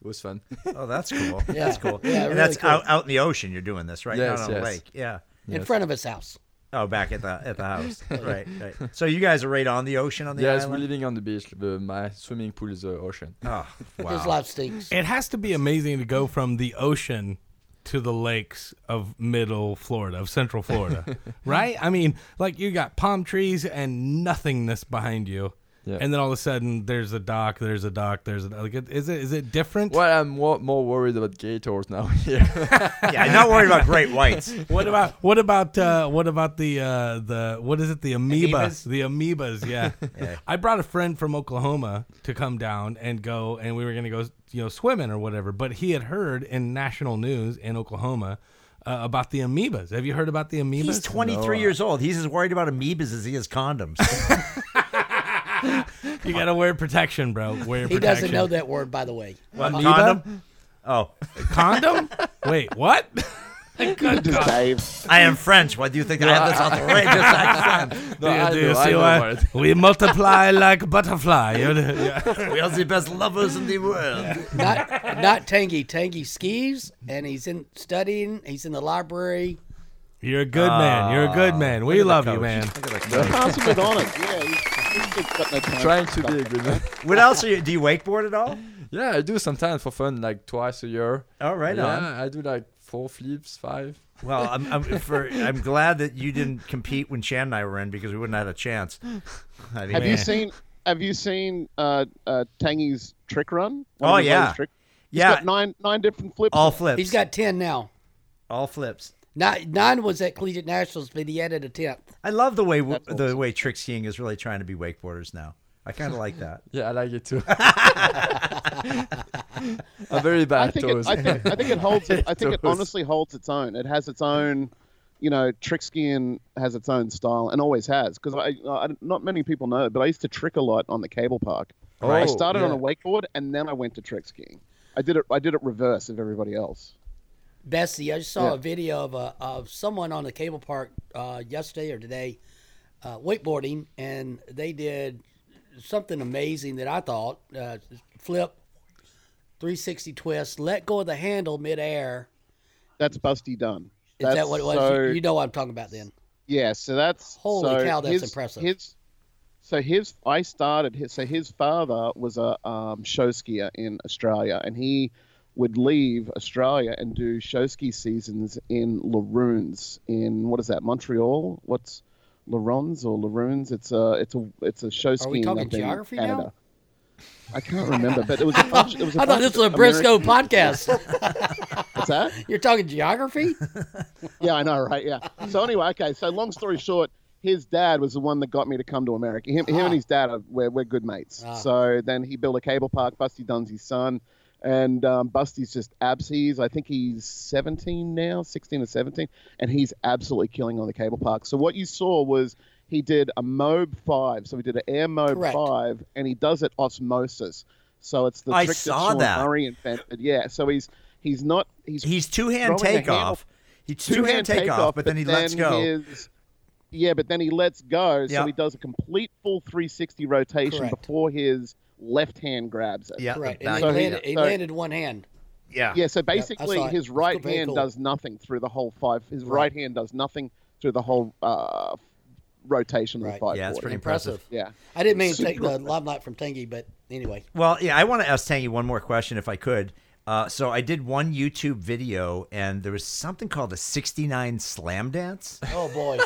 Speaker 6: It was fun.
Speaker 1: Oh, that's cool.
Speaker 5: Yeah.
Speaker 1: That's cool.
Speaker 5: Yeah,
Speaker 1: and
Speaker 5: really
Speaker 1: that's
Speaker 5: cool.
Speaker 1: out, out in the ocean. You're doing this, right?
Speaker 6: Yes,
Speaker 1: Not on a
Speaker 6: yes.
Speaker 1: lake. Yeah.
Speaker 5: In front of his house.
Speaker 1: Oh, back at the at the house. right, right. So you guys are right on the ocean on the
Speaker 6: yes, we're
Speaker 1: island.
Speaker 6: living on the beach. The, my swimming pool is the ocean.
Speaker 1: Oh,
Speaker 5: His
Speaker 1: wow.
Speaker 5: life stinks.
Speaker 2: It has to be amazing to go from the ocean to the lakes of middle Florida, of central Florida, right? I mean, like you got palm trees and nothingness behind you.
Speaker 6: Yeah.
Speaker 2: And then all of a sudden, there's a dock. There's a dock. There's a like. it- Is it is it different?
Speaker 6: Well, I'm more, more worried about gators now here.
Speaker 1: Yeah, I'm not worried about great whites.
Speaker 2: What about what about uh, what about the uh, the what is it the
Speaker 1: Amoebas?
Speaker 2: amoebas the amoebas yeah. I brought a friend from Oklahoma to come down and go and we were gonna go you know swimming or whatever but he had heard in national news in Oklahoma uh, about the amoebas have you heard about the amoebas
Speaker 1: He's 23 years old. He's as worried about amoebas as he is condoms.
Speaker 2: you gotta wear protection bro wear
Speaker 5: He
Speaker 2: protection
Speaker 5: doesn't know that word, by the way. Uh,
Speaker 1: What,
Speaker 2: Amoeba?
Speaker 1: condom? Oh,
Speaker 2: condom wait what
Speaker 3: Dave.
Speaker 1: I am French. Why do you think I have this outrageous accent?
Speaker 6: no,
Speaker 2: do you,
Speaker 6: I
Speaker 2: do
Speaker 6: know,
Speaker 2: you
Speaker 6: I
Speaker 2: see
Speaker 6: know
Speaker 2: why
Speaker 6: about it.
Speaker 2: we multiply like butterfly You know, yeah.
Speaker 1: We are the best lovers in the world.
Speaker 5: Not not Tangy. Tangy skis, and he's in studying. He's in the library,
Speaker 2: You're a good man. You're a good man. We love you,
Speaker 1: coach.
Speaker 2: man.
Speaker 1: Look at that coach.
Speaker 3: Pass him with honor. Yeah, he's, he's got no time.
Speaker 6: Trying to be a good man.
Speaker 1: what else are you? Do you wakeboard at all?
Speaker 6: Yeah, I do sometimes for fun, like twice a year.
Speaker 1: Oh, right
Speaker 6: yeah,
Speaker 1: on.
Speaker 6: I do like four flips, five.
Speaker 1: Well, I'm, I'm for. I'm glad that you didn't compete when Shan and I were in because we wouldn't have had a chance. I mean,
Speaker 3: Have you
Speaker 2: Yeah.
Speaker 3: seen? Have you seen uh, uh, Tangy's trick run?
Speaker 1: Oh,
Speaker 3: One of his
Speaker 1: yeah.
Speaker 3: latest Trick. He's
Speaker 1: yeah,
Speaker 3: got nine nine different flips.
Speaker 1: all flips.
Speaker 5: He's got ten now.
Speaker 1: all flips.
Speaker 5: Nine, nine was at collegiate nationals, but he added a tenth.
Speaker 1: I love the way w
Speaker 3: That's
Speaker 1: the
Speaker 3: awesome.
Speaker 1: way trick skiing is really trying to be wakeboarders now. I kind of like that.
Speaker 6: Yeah, I like it too. I'm very bad
Speaker 3: I
Speaker 6: at
Speaker 3: think,
Speaker 6: those.
Speaker 3: it, I, think, I think it holds. It, I think it
Speaker 6: Those.
Speaker 3: honestly holds its own. It has its own, you know, trick skiing has its own style and always has. Because I, I, not many people know, it, but I used to trick a lot on the cable park. I
Speaker 6: Right.
Speaker 3: started on
Speaker 6: yeah.
Speaker 3: a wakeboard and then I went to trick skiing. I did it. I did it reverse of everybody else.
Speaker 5: Bessie, I just saw
Speaker 3: Yeah.
Speaker 5: a video of a, of someone on the cable park uh, yesterday or today uh, wakeboarding, and they did something amazing that I thought uh, flip, 360 twist, let go of the handle midair.
Speaker 3: That's Busty Dunn.
Speaker 5: Is
Speaker 3: That's
Speaker 5: that what it was?
Speaker 3: so-
Speaker 5: you know what I'm talking about then.
Speaker 3: Yeah, so that's
Speaker 5: Holy
Speaker 3: so
Speaker 5: cow, that's
Speaker 3: his-
Speaker 5: impressive.
Speaker 3: His, so his, I started. His, so his father was a um, show skier in Australia, and he would leave Australia and do show ski seasons in Laroons in what is that Montreal? What's Laroons or Laroons? It's a it's a it's a show skiing.
Speaker 5: talking
Speaker 3: up in
Speaker 5: geography now?
Speaker 3: Canada. I can't remember, but it was a bunch. It was a
Speaker 5: I thought
Speaker 3: bunch
Speaker 5: this
Speaker 3: of
Speaker 5: was a
Speaker 3: American-
Speaker 5: Briscoe podcast.
Speaker 3: What's that?
Speaker 5: You're talking geography?
Speaker 3: Yeah, I know, right? Yeah. So anyway, okay. So long story short, his dad was the one that got me to come to America. Him,
Speaker 1: Ah.
Speaker 3: him and his dad are we're, we're good mates.
Speaker 5: Ah.
Speaker 3: So then he built a cable park. Busty Dunn's his son, and um, Busty's just abs. He's I think he's 17 now, 16 or 17, and he's absolutely killing on the cable park. So what you saw was he did a Mobe five. So he did an Air Mobe
Speaker 5: Correct.
Speaker 3: five, and he does it osmosis. So it's the
Speaker 1: I
Speaker 3: trick
Speaker 1: saw
Speaker 3: that Sean
Speaker 1: that.
Speaker 3: Murray invented. Yeah. So he's he's not he's
Speaker 1: He's two hand
Speaker 3: Throwing the
Speaker 1: takeoff.
Speaker 3: handle-
Speaker 1: He's two hand takeoff, but then he lets go.
Speaker 3: his- yeah, but then he lets go, so
Speaker 1: Yeah.
Speaker 3: he does a complete full 360 rotation
Speaker 5: Correct.
Speaker 3: before his left hand grabs it.
Speaker 1: yeah,
Speaker 5: Correct. And
Speaker 1: back-
Speaker 5: he,
Speaker 3: So he-
Speaker 5: landed, he
Speaker 3: so-
Speaker 5: landed one hand.
Speaker 1: yeah.
Speaker 3: Yeah, so
Speaker 5: I saw
Speaker 3: basically
Speaker 5: it.
Speaker 3: his
Speaker 5: It's
Speaker 3: right
Speaker 5: very
Speaker 3: hand
Speaker 5: cool.
Speaker 3: does nothing through the whole five. His
Speaker 5: Right.
Speaker 3: right, hand does nothing through the whole uh, rotation of
Speaker 5: Right.
Speaker 3: the five.
Speaker 1: Yeah, it's pretty
Speaker 5: Impressive.
Speaker 3: Yeah.
Speaker 5: I didn't mean to take the limelight from Tangy, but anyway.
Speaker 1: Well, yeah, I want to ask Tangy one more question if I could. Uh, so I did one YouTube video, and there was something called a '69 slam dance.
Speaker 5: Oh boy.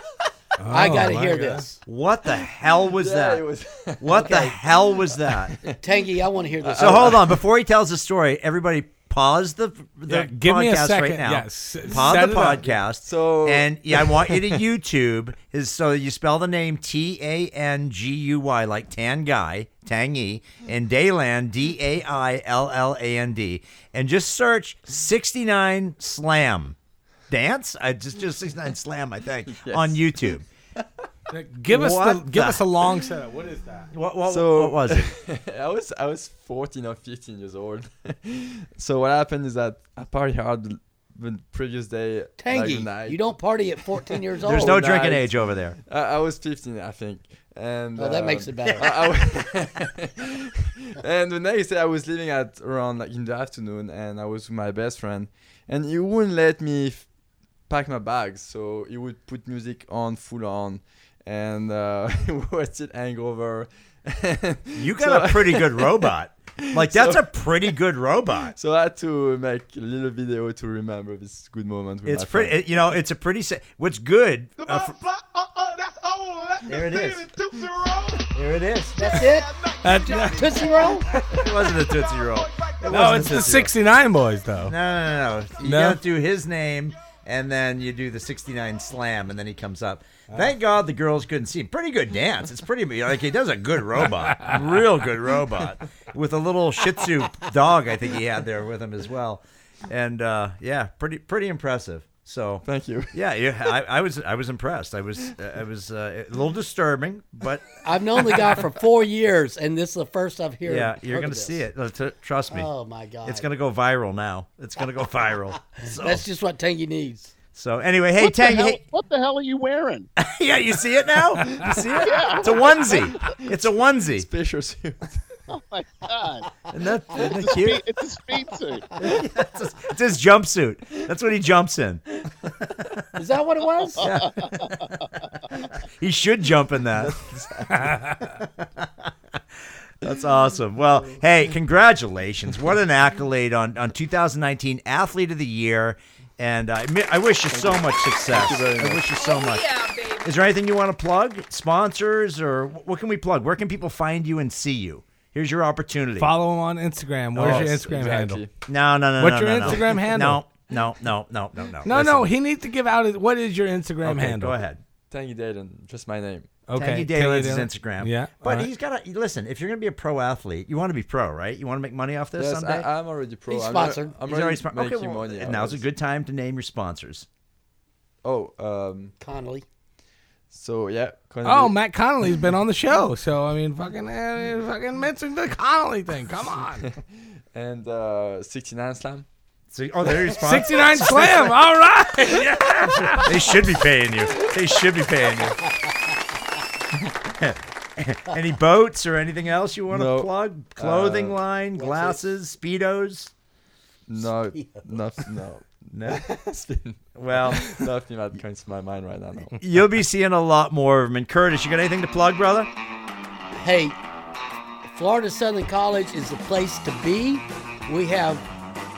Speaker 5: I
Speaker 2: Oh,
Speaker 5: got to
Speaker 2: my
Speaker 5: hear
Speaker 2: God.
Speaker 5: this.
Speaker 1: What the hell was that?
Speaker 6: it was-
Speaker 1: what the hell was that?
Speaker 5: Tangy, I want to hear this.
Speaker 1: So hold on, before he tells the story, everybody pause the the
Speaker 2: Yeah, give
Speaker 1: podcast
Speaker 2: me a second.
Speaker 1: right now.
Speaker 2: Yeah, s-
Speaker 1: pause
Speaker 2: set
Speaker 1: the
Speaker 2: it up.
Speaker 1: podcast.
Speaker 6: So-
Speaker 1: and yeah, I want you to YouTube his. So you spell the name T A N G U Y like Tan Guy Tangy and Dayland D A I L L A N D, and just search sixty nine slam dance. I just just sixty nine slam I think on YouTube.
Speaker 2: Give us the,
Speaker 1: What
Speaker 2: give
Speaker 1: the-
Speaker 2: us a long setup. What is that?
Speaker 1: What what,
Speaker 6: So-
Speaker 1: what was it?
Speaker 6: I was I was 14 or 15 years old. so what happened is that I party hard the- the previous day.
Speaker 5: Tangy,
Speaker 6: like the night.
Speaker 5: you don't party at 14 years old.
Speaker 1: There's no
Speaker 6: Oh, nice.
Speaker 1: drinking age over there.
Speaker 6: I, I was 15, I think. And
Speaker 5: Well, that makes
Speaker 6: um,
Speaker 5: it better.
Speaker 6: I- I w- and the next day, I was leaving at around like in the afternoon, and I was with my best friend, and he wouldn't let me f- pack my bags, so he would put music on full on, and uh, we're still hangover.
Speaker 1: You got
Speaker 6: So-
Speaker 1: a pretty good robot. Like that's
Speaker 6: So-
Speaker 1: a pretty good robot.
Speaker 6: So I had to make a little video to remember this good moment. With
Speaker 1: It's
Speaker 6: my friend.
Speaker 1: pretty. you know, it's a pretty. Sa- what's good? uh,
Speaker 7: Uh,
Speaker 1: fr-
Speaker 7: uh, that's all. That's
Speaker 1: There it is.
Speaker 7: That's
Speaker 1: There it is.
Speaker 5: That's it? Tootsie Roll?
Speaker 1: It wasn't a tootsie roll. It
Speaker 2: No,
Speaker 1: wasn't
Speaker 2: it's
Speaker 1: a
Speaker 2: the
Speaker 1: Tootsie Roll.
Speaker 2: 69 boys
Speaker 1: No,
Speaker 2: though.
Speaker 1: no, no, no. You
Speaker 2: No?
Speaker 1: gotta do his name, and then you do the '69 slam, and then he comes up. Thank God the girls couldn't see him. Pretty good dance. It's pretty like he does a good robot, real good robot, with a little Shih Tzu dog. I think he had there with him as well, and uh, yeah, pretty pretty impressive. So
Speaker 6: Thank you.
Speaker 1: Yeah, yeah. I, I was I was impressed. I was I was uh, a little disturbing, but
Speaker 5: I've known the guy for four years, and this is the first I've heard.
Speaker 1: yeah, you're
Speaker 5: heard
Speaker 1: gonna
Speaker 5: of this.
Speaker 1: see it. Uh, t- Trust me,
Speaker 5: Oh, my God.
Speaker 1: it's gonna go viral now. It's gonna go viral. So,
Speaker 5: That's just what Tangy needs.
Speaker 1: so anyway, hey
Speaker 3: What, the
Speaker 1: Tang,
Speaker 3: hell,
Speaker 1: hey,
Speaker 3: what the hell are you wearing?
Speaker 1: yeah, you see it now? You see it? It's a onesie. It's a onesie.
Speaker 6: Special suit.
Speaker 3: Oh my god!
Speaker 1: Isn't that, isn't that
Speaker 3: It's a, speed,
Speaker 1: cute?
Speaker 3: it's a speed suit.
Speaker 1: it's, his, it's his jumpsuit. That's what he jumps in.
Speaker 5: Is that what it was?
Speaker 1: He should jump in that. That's awesome. Well, hey, congratulations. What an accolade on, on 2019 Athlete of the Year. And I, mi- I wish you so much success. I wish you so
Speaker 4: Oh,
Speaker 1: much.
Speaker 4: yeah, baby.
Speaker 1: Is there anything you want to plug? Sponsors or wh- what can we plug? Where can people find you and see you? Here's your opportunity.
Speaker 2: Follow him on Instagram.
Speaker 1: Oh,
Speaker 2: Where's your
Speaker 6: Yes,
Speaker 2: Instagram
Speaker 6: exactly.
Speaker 2: handle?
Speaker 1: No, no, no.
Speaker 2: What's
Speaker 1: no,
Speaker 2: your
Speaker 1: no, no.
Speaker 2: Instagram handle?
Speaker 1: No, no, no, no, no, no.
Speaker 2: No,
Speaker 1: Listen.
Speaker 2: no. He needs to give out his, what is your Instagram
Speaker 1: Okay,
Speaker 2: handle?
Speaker 1: Go ahead.
Speaker 6: Tangy Dayton, just my name.
Speaker 2: Okay.
Speaker 1: Tangy
Speaker 2: Tangy
Speaker 1: Daly's
Speaker 2: Dalen.
Speaker 1: Instagram.
Speaker 2: Yeah.
Speaker 1: But
Speaker 2: alright.
Speaker 1: he's got to listen. If you're going to be a pro athlete, you want to be pro, right? You want to make money off this
Speaker 6: Yes,
Speaker 1: someday.
Speaker 6: I, I'm already pro.
Speaker 5: He's
Speaker 6: I'm al-
Speaker 5: sponsored.
Speaker 6: I'm
Speaker 1: He's
Speaker 6: already
Speaker 1: already smart.
Speaker 6: making
Speaker 1: okay, well,
Speaker 6: money. out
Speaker 1: now's a
Speaker 6: of
Speaker 1: good time to name your sponsors.
Speaker 6: it. Oh, um,
Speaker 5: Connolly.
Speaker 6: so yeah. Connolly-
Speaker 2: Oh, Matt Connolly's been on the show, so I mean, fucking, eh, fucking mention the Connolly thing. Come on,
Speaker 6: and uh, 69 Slam.
Speaker 1: So, oh, they're your sponsors.
Speaker 2: sixty nine slam. All right.
Speaker 1: they should be paying you. They should be paying you. Any boats or anything else you want to
Speaker 6: No.
Speaker 1: plug? Clothing
Speaker 6: Uh,
Speaker 1: line, glasses, speedos.
Speaker 6: No, nothing. No,
Speaker 1: No.
Speaker 6: Spin-
Speaker 1: Well,
Speaker 6: nothing that comes to my mind right now. No.
Speaker 1: you'll be seeing a lot more of them. And Curtis, you got anything to plug, brother?
Speaker 5: Hey, Florida Southern College is the place to be. We have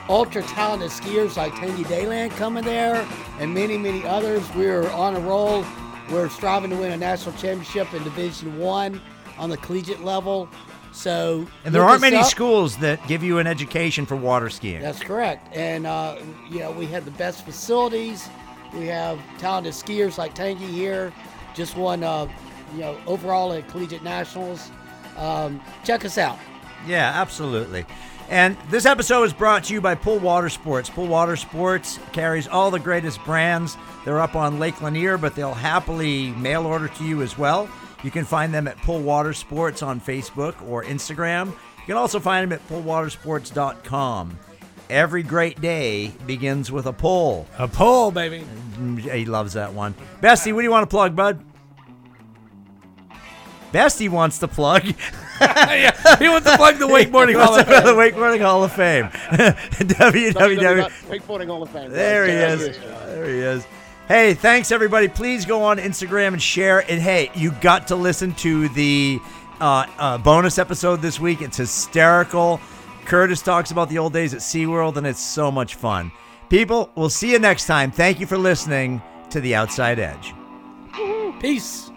Speaker 5: ultra talented skiers like Tangy Dayland coming there and many, many others. We're on a roll. We're striving to win a national championship in Division One on the collegiate level. So
Speaker 1: And there
Speaker 5: look
Speaker 1: aren't
Speaker 5: us
Speaker 1: many
Speaker 5: up.
Speaker 1: schools that give you an education for water skiing.
Speaker 5: That's correct. And, uh, you know, we have the best facilities. We have talented skiers like Tangi here, just won, uh, you know, overall at Collegiate Nationals. Um, check us out.
Speaker 1: Yeah, absolutely. And this episode is brought to you by Pool Water Sports. Pool Water Sports carries all the greatest brands. They're up on Lake Lanier, but they'll happily mail order to you as well. You can find them at Pool Water Sports on Facebook or Instagram. You can also find them at poolwatersports.com. Every great day begins with a pull.
Speaker 2: A poll, baby.
Speaker 1: He loves that one. Bestie, what do you want to plug, bud? Bestie wants to plug.
Speaker 2: yeah, he wants to plug the wakeboarding hall.
Speaker 1: What's up with the Wakeboarding Hall of Fame. www.
Speaker 3: Wakeboarding Hall of Fame.
Speaker 1: There he
Speaker 3: Check out
Speaker 1: is.
Speaker 3: this.
Speaker 1: There he is. Hey, thanks everybody. Please go on Instagram and share. And hey, you got to listen to the uh, uh, bonus episode this week. It's hysterical. Curtis talks about the old days at SeaWorld, and it's so much fun. People, we'll see you next time. Thank you for listening to The Outside Edge.
Speaker 5: Peace.